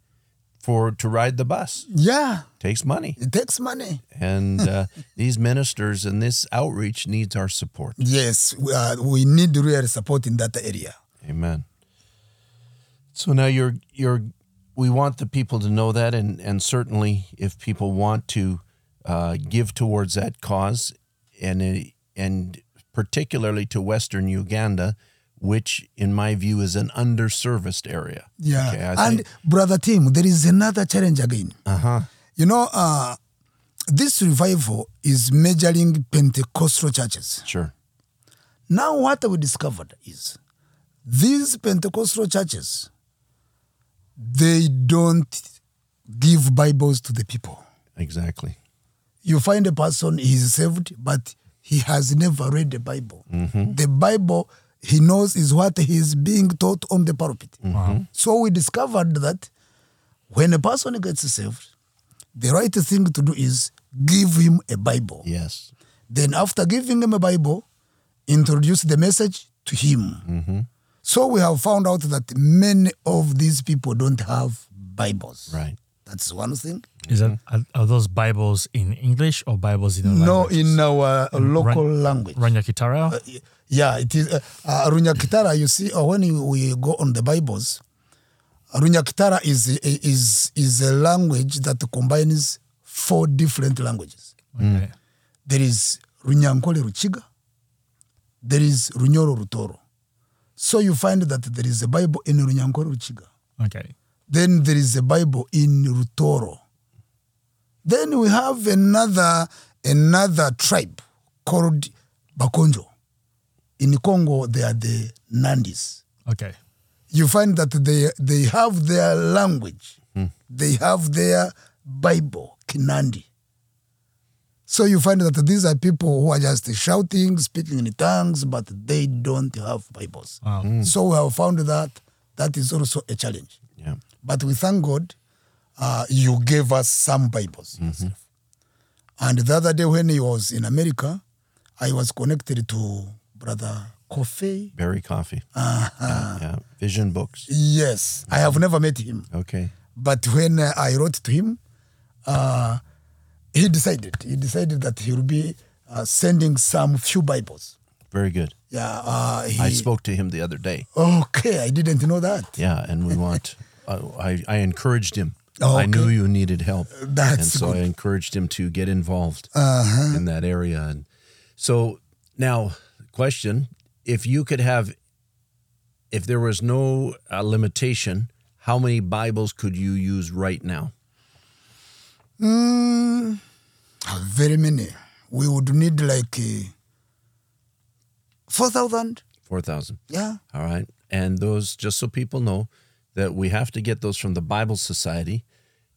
Speaker 1: for to ride the bus
Speaker 4: Yeah,
Speaker 1: takes money.
Speaker 4: it takes money.
Speaker 1: And uh, these ministers and this outreach needs our support.
Speaker 4: Yes, we, are, we need real support in that area.
Speaker 1: Amen. So now you're you're we want the people to know that, and and certainly if people want to uh, give towards that cause, and it- and particularly to Western Uganda, which in my view is an underserviced area.
Speaker 4: Yeah.
Speaker 1: Okay, I
Speaker 4: and
Speaker 1: think,
Speaker 4: brother Tim, there is another challenge again.
Speaker 1: uh-huh.
Speaker 4: You know, uh, this revival is measuring Pentecostal churches.
Speaker 1: Sure.
Speaker 4: Now, what we discovered is these Pentecostal churches, they don't give Bibles to the people.
Speaker 1: Exactly.
Speaker 4: You find a person, he's saved, but he has never read the Bible. The Bible, he knows, is what he's being taught on the pulpit. So we discovered that when a person gets saved, the right thing to do is give him a Bible.
Speaker 1: Yes.
Speaker 4: Then, after giving him a Bible, introduce the message to him. So, we have found out that many of these people don't have Bibles.
Speaker 1: Right.
Speaker 4: That's one thing.
Speaker 3: Is that are, are those Bibles in English or Bibles in other
Speaker 4: Mm-hmm. No,
Speaker 3: languages?
Speaker 4: in Uh, our local
Speaker 3: Ran-
Speaker 4: language.
Speaker 3: Ranyakitara?
Speaker 4: Yeah, it is. Uh, uh, Runyakitara, you see, uh, when you- we go on the Bibles, Runyakitara is, is, is a language that combines four different languages.
Speaker 3: Okay.
Speaker 4: there is runyankole ruchiga there is runyoro rutoro so you find that there is a bible in runyankole ruchiga
Speaker 3: okay.
Speaker 4: then there is a bible in rutoro then we have another another tribe called bakonjo in congo they are the nandis
Speaker 3: Okay.
Speaker 4: you find that they they have their language, they have their Bible, Kinandi. So you find that these are people who are just shouting, speaking in tongues, but they don't have Bibles.
Speaker 3: Wow.
Speaker 4: So we have found that that is also a challenge.
Speaker 1: Yeah.
Speaker 4: But we thank God uh, you gave us some Bibles.
Speaker 1: Mhm.
Speaker 4: yourself. And the other day when he was in America, I was connected to Brother Kofi.
Speaker 1: Berry coffee.
Speaker 4: Uh-huh.
Speaker 1: Yeah, yeah. Vision books.
Speaker 4: Yes, I have never met him.
Speaker 1: Okay.
Speaker 4: But when uh, I wrote to him, uh, he decided he decided that he will be uh, sending some few Bibles.
Speaker 1: Very good.
Speaker 4: Yeah, uh, he,
Speaker 1: I spoke to him the other day.
Speaker 4: okay, I didn't know that.
Speaker 1: Yeah, and we want. I I, I encouraged him.
Speaker 4: Oh,
Speaker 1: I knew
Speaker 4: okay.
Speaker 1: you needed help,
Speaker 4: That's
Speaker 1: and so I
Speaker 4: good. Uh-huh.
Speaker 1: encouraged him to get involved in that area. And so now, question: If you could have, if there was no uh, limitation, how many Bibles could you use right now?
Speaker 4: Mm, very many. We would need like uh, four thousand.
Speaker 1: Four thousand.
Speaker 4: Yeah,
Speaker 1: All right. And those, just so people know, that we have to get those from the Bible Society.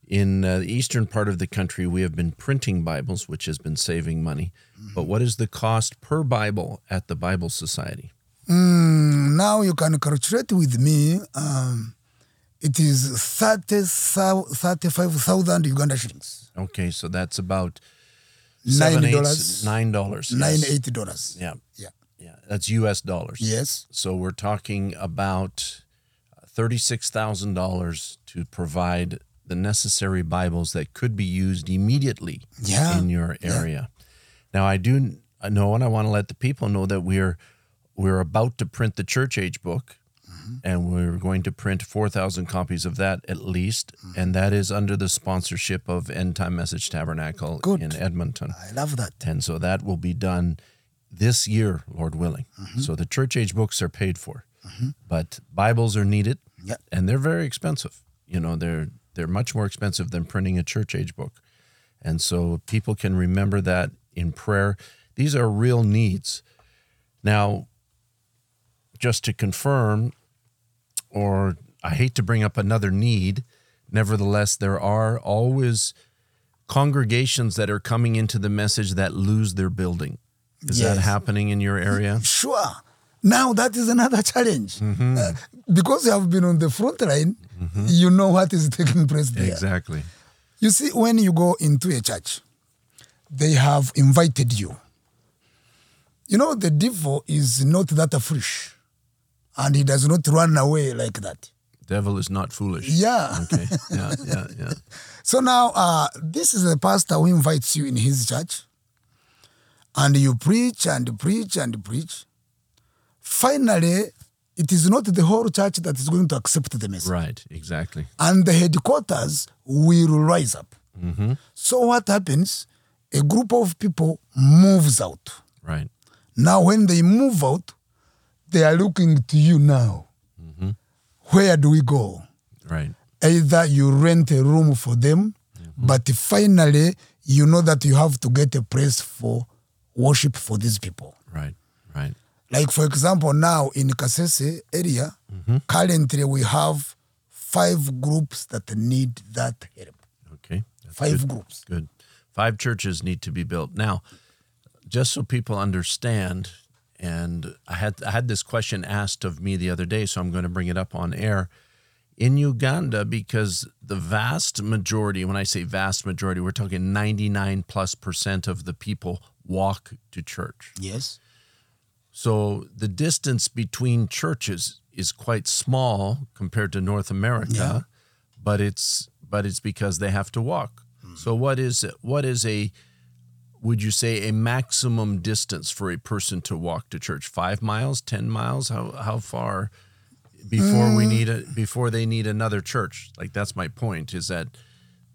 Speaker 1: In uh, the eastern part of the country, we have been printing Bibles, which has been saving money.
Speaker 4: Mm-hmm.
Speaker 1: But what is the cost per Bible at the Bible Society?
Speaker 4: Mm, now you can calculate with me. Um, it is 30, 35,000 Uganda shillings,
Speaker 1: Okay, so that's about seven,
Speaker 4: nine
Speaker 1: eight,
Speaker 4: dollars,
Speaker 1: nine dollars, yes.
Speaker 4: nine eighty dollars.
Speaker 1: Yeah,
Speaker 4: Yeah.
Speaker 1: yeah, that's U.S. dollars.
Speaker 4: Yes.
Speaker 1: So we're talking about thirty-six thousand dollars to provide the necessary Bibles that could be used immediately
Speaker 4: Yeah.
Speaker 1: in your area. Now I do I know, and I want to let the people know that we're we're about to print the church age book,
Speaker 4: Mm-hmm.
Speaker 1: and we're going to print four thousand copies of that at least,
Speaker 4: Mm-hmm.
Speaker 1: and that is under the sponsorship of End Time Message Tabernacle
Speaker 4: Good.
Speaker 1: in Edmonton,
Speaker 4: I love that.
Speaker 1: and so that will be done this year, Lord willing. So the church age books are paid for, but Bibles are needed,
Speaker 4: Yeah.
Speaker 1: and they're very expensive. You know, they're they're much more expensive than printing a church age book. And so people can remember that in prayer. These are real needs. Now, just to confirm, or I hate to bring up another need, nevertheless, there are always congregations that are coming into the message that lose their building. Is that
Speaker 4: Yes.
Speaker 1: happening in your area?
Speaker 4: Sure. Now that is another challenge.
Speaker 1: Mm-hmm.
Speaker 4: Uh, because you have been on the front line, you know what is taking place there.
Speaker 1: Exactly.
Speaker 4: You see, when you go into a church, they have invited you. You know, the devil is not that foolish, and he does not run away like that.
Speaker 1: Devil is not foolish.
Speaker 4: Yeah.
Speaker 1: Okay. Yeah, yeah, yeah.
Speaker 4: So now, uh, this is the pastor who invites you in his church, and you preach and preach and preach. Finally, it is not the whole church that is going to accept the message,
Speaker 1: Right, exactly.
Speaker 4: and the headquarters will rise up. So, what happens? A group of people moves out.
Speaker 1: Right.
Speaker 4: Now, when they move out, they are looking to you now. Where do we go?
Speaker 1: Right.
Speaker 4: either you rent a room for them, but finally you know that you have to get a place for worship for these people.
Speaker 1: Right. Right.
Speaker 4: Like for example, now in Kasese area, currently we have five groups that need that help.
Speaker 1: Okay. That's
Speaker 4: Five
Speaker 1: good.
Speaker 4: groups.
Speaker 1: Good. Five churches need to be built. Now, just so people understand, and I had I had this question asked of me the other day, so I'm going to bring it up on air. In Uganda, because the vast majority, when I say vast majority, we're talking 99 plus percent of the people walk to church.
Speaker 4: Yes.
Speaker 1: So the distance between churches is quite small compared to North America, but it's but it's because they have to walk. So what is what is a would you say a maximum distance for a person to walk to church? Five miles, ten miles? How how far before we need a before they need another church? Like that's my point is that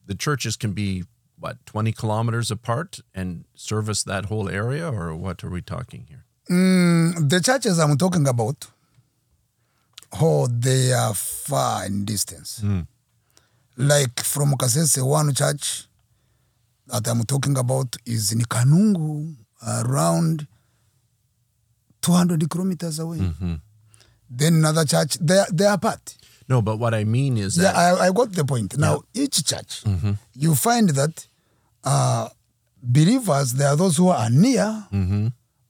Speaker 1: the churches can be what twenty kilometers apart and service that whole area, or what are we talking here?
Speaker 4: The churches I'm talking about, oh, they are far in distance. Like from Kasese, one church that I'm talking about is in Kanungu, around 200 kilometers away. Then another church, they, are- they are apart.
Speaker 1: No, but what I mean is
Speaker 4: Yeah,
Speaker 1: that
Speaker 4: I, I got the point. Now, each church, you find that uh, believers, there are those who are near,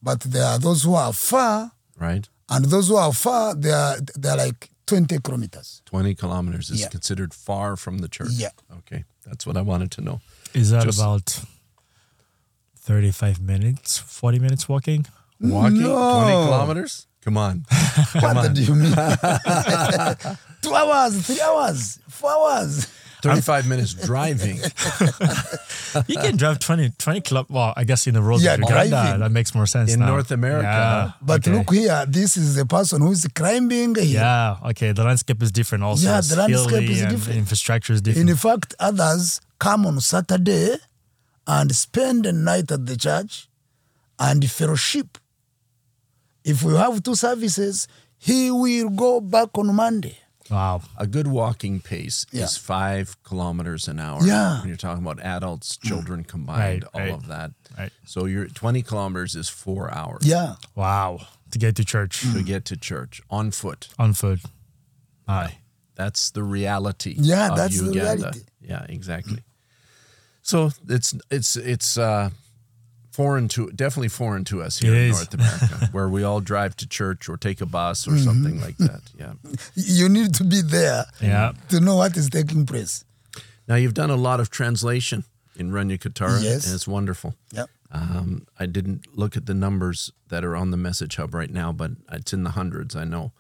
Speaker 4: but there are those who are far
Speaker 1: right,
Speaker 4: and those who are far they are they are like 20 kilometers
Speaker 1: twenty kilometers is
Speaker 4: Yeah.
Speaker 1: considered far from the church.
Speaker 4: Yeah.
Speaker 1: Okay, that's what I wanted to know.
Speaker 3: Is that
Speaker 1: Just-
Speaker 3: about 35 minutes, 40 minutes walking?
Speaker 1: Walking twenty
Speaker 4: No.
Speaker 1: kilometers? Come on.
Speaker 4: what do you mean two hours three hours four hours
Speaker 1: Thirty-five minutes driving.
Speaker 3: You can drive 20, 20 kilo. Well, I guess in the road
Speaker 4: Yeah,
Speaker 3: of Uganda,
Speaker 4: driving.
Speaker 3: that makes more sense.
Speaker 1: In
Speaker 3: now.
Speaker 1: North America.
Speaker 4: but
Speaker 3: okay.
Speaker 4: look here this is a person who is climbing here
Speaker 3: Yeah, okay. The landscape is different also.
Speaker 4: Yeah,
Speaker 3: It's
Speaker 4: the landscape
Speaker 3: hilly
Speaker 4: is
Speaker 3: and
Speaker 4: different.
Speaker 3: Infrastructure is different.
Speaker 4: in fact others come on saturday and spend the night at the church and fellowship if we have two services he will go back on monday
Speaker 3: wow.
Speaker 1: A good walking pace
Speaker 4: Yeah.
Speaker 1: is five kilometers an hour.
Speaker 4: Yeah. Mm.
Speaker 1: When you're talking about adults, children
Speaker 3: Right,
Speaker 1: combined, all
Speaker 3: right,
Speaker 1: of that.
Speaker 3: right.
Speaker 1: So your twenty kilometers is four hours
Speaker 4: yeah
Speaker 3: Wow. To get to church
Speaker 1: to get to church on foot.
Speaker 3: on foot. Aye.
Speaker 1: That's the reality.
Speaker 4: Yeah,
Speaker 1: of
Speaker 4: that's the
Speaker 1: Uganda.
Speaker 4: reality.
Speaker 1: Yeah, exactly. So it's it's it's uh, foreign to definitely foreign to us here
Speaker 3: It
Speaker 1: in
Speaker 3: is.
Speaker 1: North America, where we all drive to church or take a bus or
Speaker 4: Mm-hmm.
Speaker 1: something like that. Yeah.
Speaker 4: you need to be there
Speaker 3: Yeah.
Speaker 4: to know what is taking place
Speaker 1: Now you've done a lot of translation in Runya Katara,
Speaker 4: Yes.
Speaker 1: and it's wonderful.
Speaker 4: yeah
Speaker 1: Um, I didn't look at the numbers that are on the message hub right now, but it's in the hundreds, I know.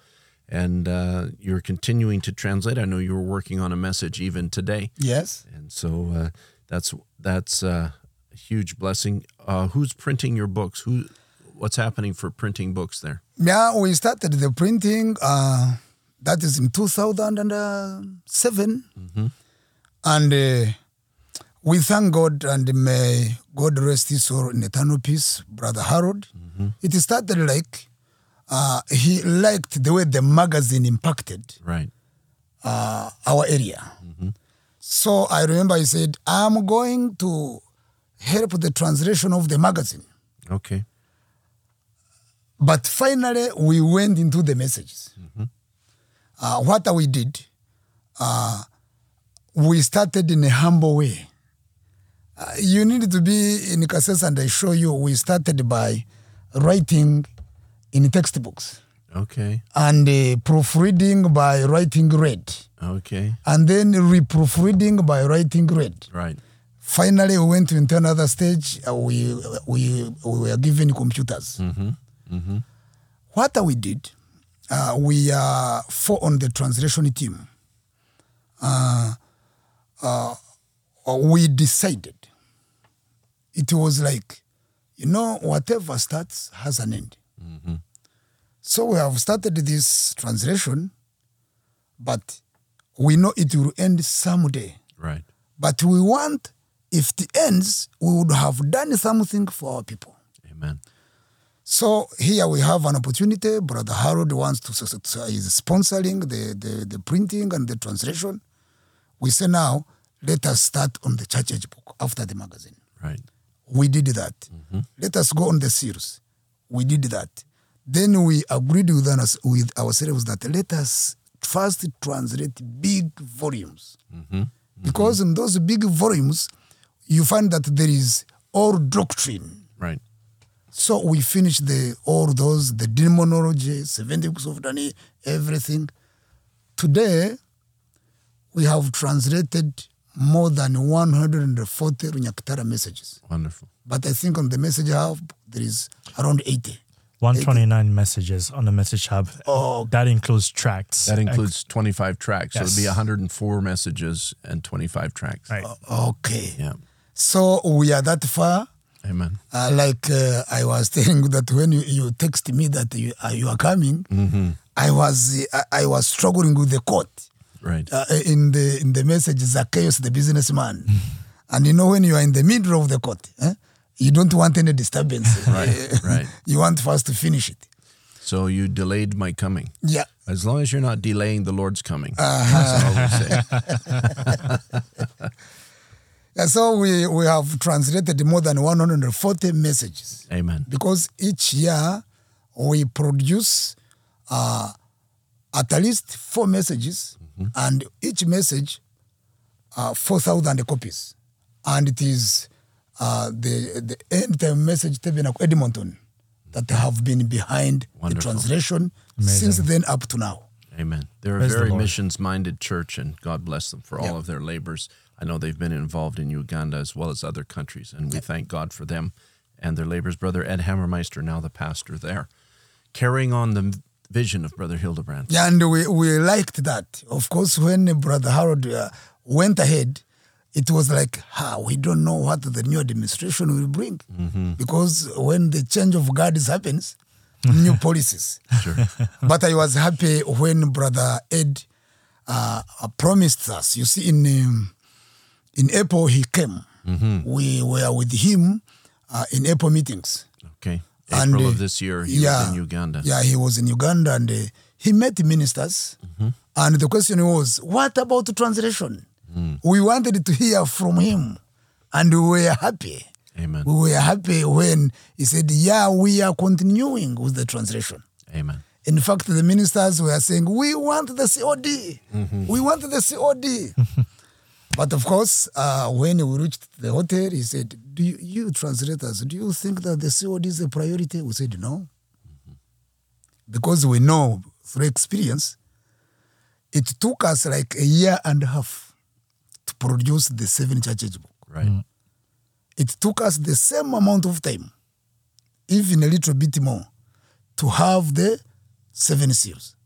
Speaker 1: And uh, you're continuing to translate. I know you were working on a message even today.
Speaker 4: yes
Speaker 1: and so uh, that's that's uh, a huge blessing. Uh, who's printing your books? Who? What's happening for printing books there?
Speaker 4: Yeah, we started the printing. Uh, that is in 2007. And uh, we thank God and may God rest his soul in eternal peace, Brother Harold. It started like uh, he liked the way the magazine impacted
Speaker 1: Right.
Speaker 4: uh, our area. So I remember he said, I'm going to help the translation of the magazine.
Speaker 1: Okay.
Speaker 4: But finally, we went into the messages. Uh, what we did, uh, we started in a humble way. Uh, you need to be in Kasses, and I show you, we started by writing in textbooks
Speaker 1: Okay.
Speaker 4: and uh, proofreading by writing red,
Speaker 1: Okay.
Speaker 4: and then reproofreading by writing red.
Speaker 1: Right.
Speaker 4: Finally, we went into another stage. uh, we, we, we were given computers. What we did, uh, we are four on the translation team. Uh, uh, we decided it was like, you know, whatever starts has an end. So we have started this translation, but we know it will end someday
Speaker 1: Right.
Speaker 4: but we want if it ends we would have done something for our people
Speaker 1: Amen.
Speaker 4: so here we have an opportunity brother harold wants to sus- sus- is sponsoring the, the, the printing and the translation we say now let us start on the church age book after the magazine
Speaker 1: Right.
Speaker 4: we did that let us go on the series we did that then we agreed with, us, with ourselves that let us first translate big volumes because in those big volumes you find that there is all doctrine
Speaker 1: Right.
Speaker 4: so we finish the all those the demonology seven books of daniel everything today we have translated more than 140 Runyaktara messages
Speaker 1: Wonderful.
Speaker 4: but i think on the message hub there is around 80
Speaker 3: 129 messages on the message hub.
Speaker 4: Oh.
Speaker 3: That includes tracts.
Speaker 1: That includes 25 tracks. So it'd be
Speaker 3: Yes.
Speaker 1: 104 messages and 25 tracks.
Speaker 3: Right.
Speaker 4: okay
Speaker 1: Yeah.
Speaker 4: so we are that far
Speaker 1: Amen.
Speaker 4: uh, like uh, I was telling you that when you, you text me that you, uh, you are coming,
Speaker 1: Mm-hmm.
Speaker 4: I was uh, I, I was struggling with the court
Speaker 1: Right.
Speaker 4: uh, in the in the message Zacchaeus the businessman,
Speaker 1: Hmm.
Speaker 4: and you know when you are in the middle of the court, eh, you don't want any disturbance.
Speaker 1: Right, right.
Speaker 4: You want first to finish it.
Speaker 1: So you delayed my coming.
Speaker 4: Yeah.
Speaker 1: As long as you're not delaying the Lord's coming. That's all we say.
Speaker 4: And so we, we have translated more than 140 messages.
Speaker 1: Amen.
Speaker 4: because each year we produce uh, at least four messages, and each message uh, four thousand copies, and it is uh, the the end time message Tabernacle Edmonton that have been behind
Speaker 1: Wonderful.
Speaker 4: the translation
Speaker 3: Amazing.
Speaker 4: since then up to now.
Speaker 1: Amen. They're
Speaker 3: Praise
Speaker 1: a
Speaker 3: the
Speaker 1: very
Speaker 3: Lord.
Speaker 1: missions minded church, and God bless them for all of their labors. I know they've been involved in Uganda as well as other countries, and we thank God for them and their labors. Brother Ed Hammermeister, now the pastor there, carrying on the vision of Brother Hildebrand.
Speaker 4: Yeah, and we, we liked that. Of course, when Brother Harold uh, went ahead, it was like, ha, we don't know what the new administration will bring. Because when the change of guards happens, new policies. but I was happy when Brother Ed uh, uh, promised us. You see, in um, in April, he came. We were with him uh, in April meetings.
Speaker 1: Okay.
Speaker 4: And,
Speaker 1: April
Speaker 4: uh,
Speaker 1: of this year, he was in Uganda.
Speaker 4: Yeah, he was in Uganda and uh, he met ministers.
Speaker 1: Mm-hmm.
Speaker 4: And the question was, what about translation?
Speaker 1: Mm.
Speaker 4: We wanted to hear from him and we were happy.
Speaker 1: Amen.
Speaker 4: We were happy when he said, yeah, we are continuing with the translation.
Speaker 1: Amen.
Speaker 4: In fact, the ministers were saying, We want the COD. We want the COD. but of course, uh, when we reached the hotel, he said, Do you, you translators, do you think that the COD is a priority? We said, No. Because we know through experience, it took us like a year and a half to produce the seven churches book
Speaker 1: Right.
Speaker 3: Mm.
Speaker 4: it took us the same amount of time, even a little bit more, to have the seven seals.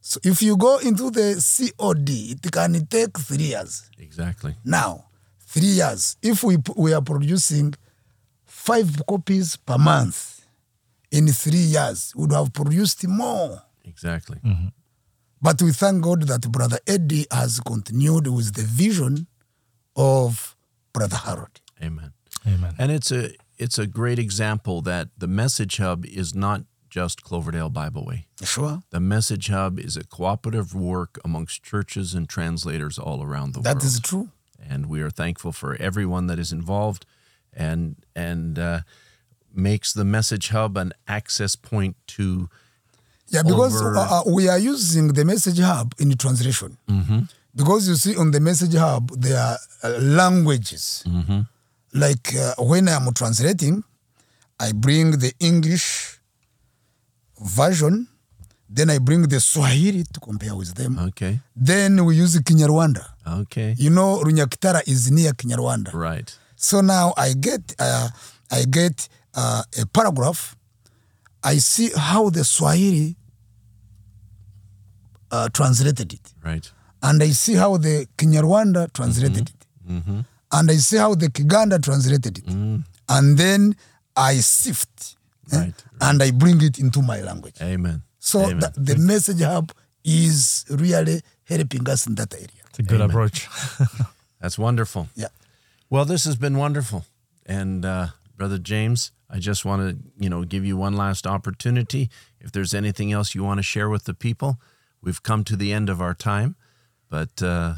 Speaker 4: So if you go into the COD, it can take three years.
Speaker 1: Exactly.
Speaker 4: Now, three years, if we, p- we are producing five copies per month in three years would have produced more.
Speaker 1: Exactly.
Speaker 3: Mm.
Speaker 4: But we thank God that Brother Eddie has continued with the vision of Brother Harold.
Speaker 1: Amen.
Speaker 3: Amen.
Speaker 1: And it's a it's a great example that the Message Hub is not just Cloverdale Bible Way.
Speaker 4: Sure.
Speaker 1: The Message Hub is a cooperative work amongst churches and translators all around the
Speaker 4: that
Speaker 1: world.
Speaker 4: is true.
Speaker 1: and we are thankful for everyone that is involved and and uh, makes the message hub an access point to
Speaker 4: Yeah, because
Speaker 1: Over-
Speaker 4: uh, uh, we are using the message hub in translation. Because you see, on the message hub, there are uh, languages. Like uh, when I'm translating, I bring the English version, then I bring the Swahili to compare with them.
Speaker 1: okay
Speaker 4: Then we use Kinyarwanda.
Speaker 1: okay
Speaker 4: You know, Runyakitara is near Kinyarwanda.
Speaker 1: right
Speaker 4: So now I get uh, I get uh, a paragraph. I see how the Swahili uh, translated it,
Speaker 1: right
Speaker 4: and I see how the Kinyarwanda translated it,
Speaker 1: Mm-hmm.
Speaker 4: and I see how the Kiganda translated it, and then I sift eh,
Speaker 1: Mm. Right,
Speaker 4: and I bring it into my language.
Speaker 1: amen
Speaker 4: So
Speaker 1: amen.
Speaker 4: the, the message hub is really helping us in that area.
Speaker 3: It's a good approach.
Speaker 1: that's wonderful
Speaker 4: Yeah.
Speaker 1: well this has been wonderful and uh, brother james i just want to you know give you one last opportunity if there's anything else you want to share with the people we've come to the end of our time but uh,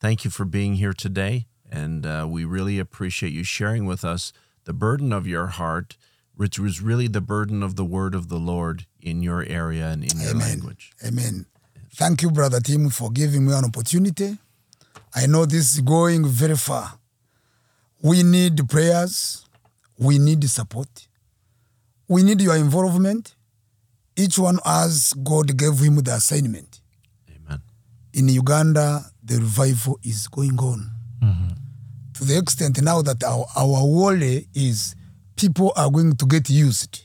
Speaker 1: thank you for being here today. And uh, we really appreciate you sharing with us the burden of your heart, which was really the burden of the word of the Lord in your area and in your language.
Speaker 4: Amen. Thank you, Brother Tim, for giving me an opportunity. I know this is going very far. We need prayers. We need support. We need your involvement. Each one as God gave him the assignment.
Speaker 1: Amen.
Speaker 4: In Uganda, the revival is going on. To the extent now that our, our worry is people are going to get used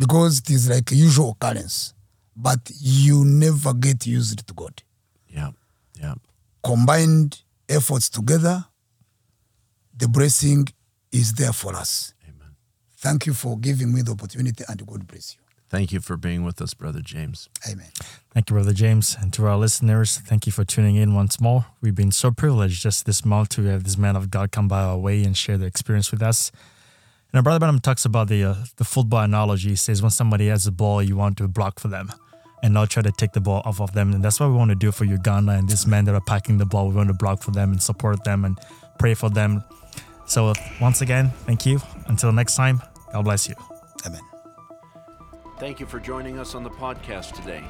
Speaker 4: because it is like a usual occurrence, but you never get used to God.
Speaker 1: Yeah. Yeah.
Speaker 4: Combined efforts together, the blessing is there for us.
Speaker 1: Amen.
Speaker 4: Thank you for giving me the opportunity and God bless you.
Speaker 1: Thank you for being with us, Brother James.
Speaker 4: Amen.
Speaker 3: Thank you, Brother James. And to our listeners, thank you for tuning in once more. We've been so privileged just this month to have this man of God come by our way and share their experience with us. And our brother Branham talks about the uh, the football analogy. He says when somebody has a ball, you want to block for them and not try to take the ball off of them. And that's what we want to do for Uganda and these men that are packing the ball. We want to block for them and support them and pray for them. So once again, thank you. Until next time, God bless you.
Speaker 4: Amen.
Speaker 1: Thank you for joining us on the podcast today.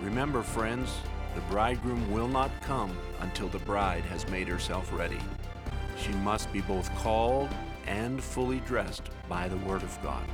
Speaker 1: Remember, friends, the bridegroom will not come until the bride has made herself ready. She must be both called and fully dressed by the Word of God.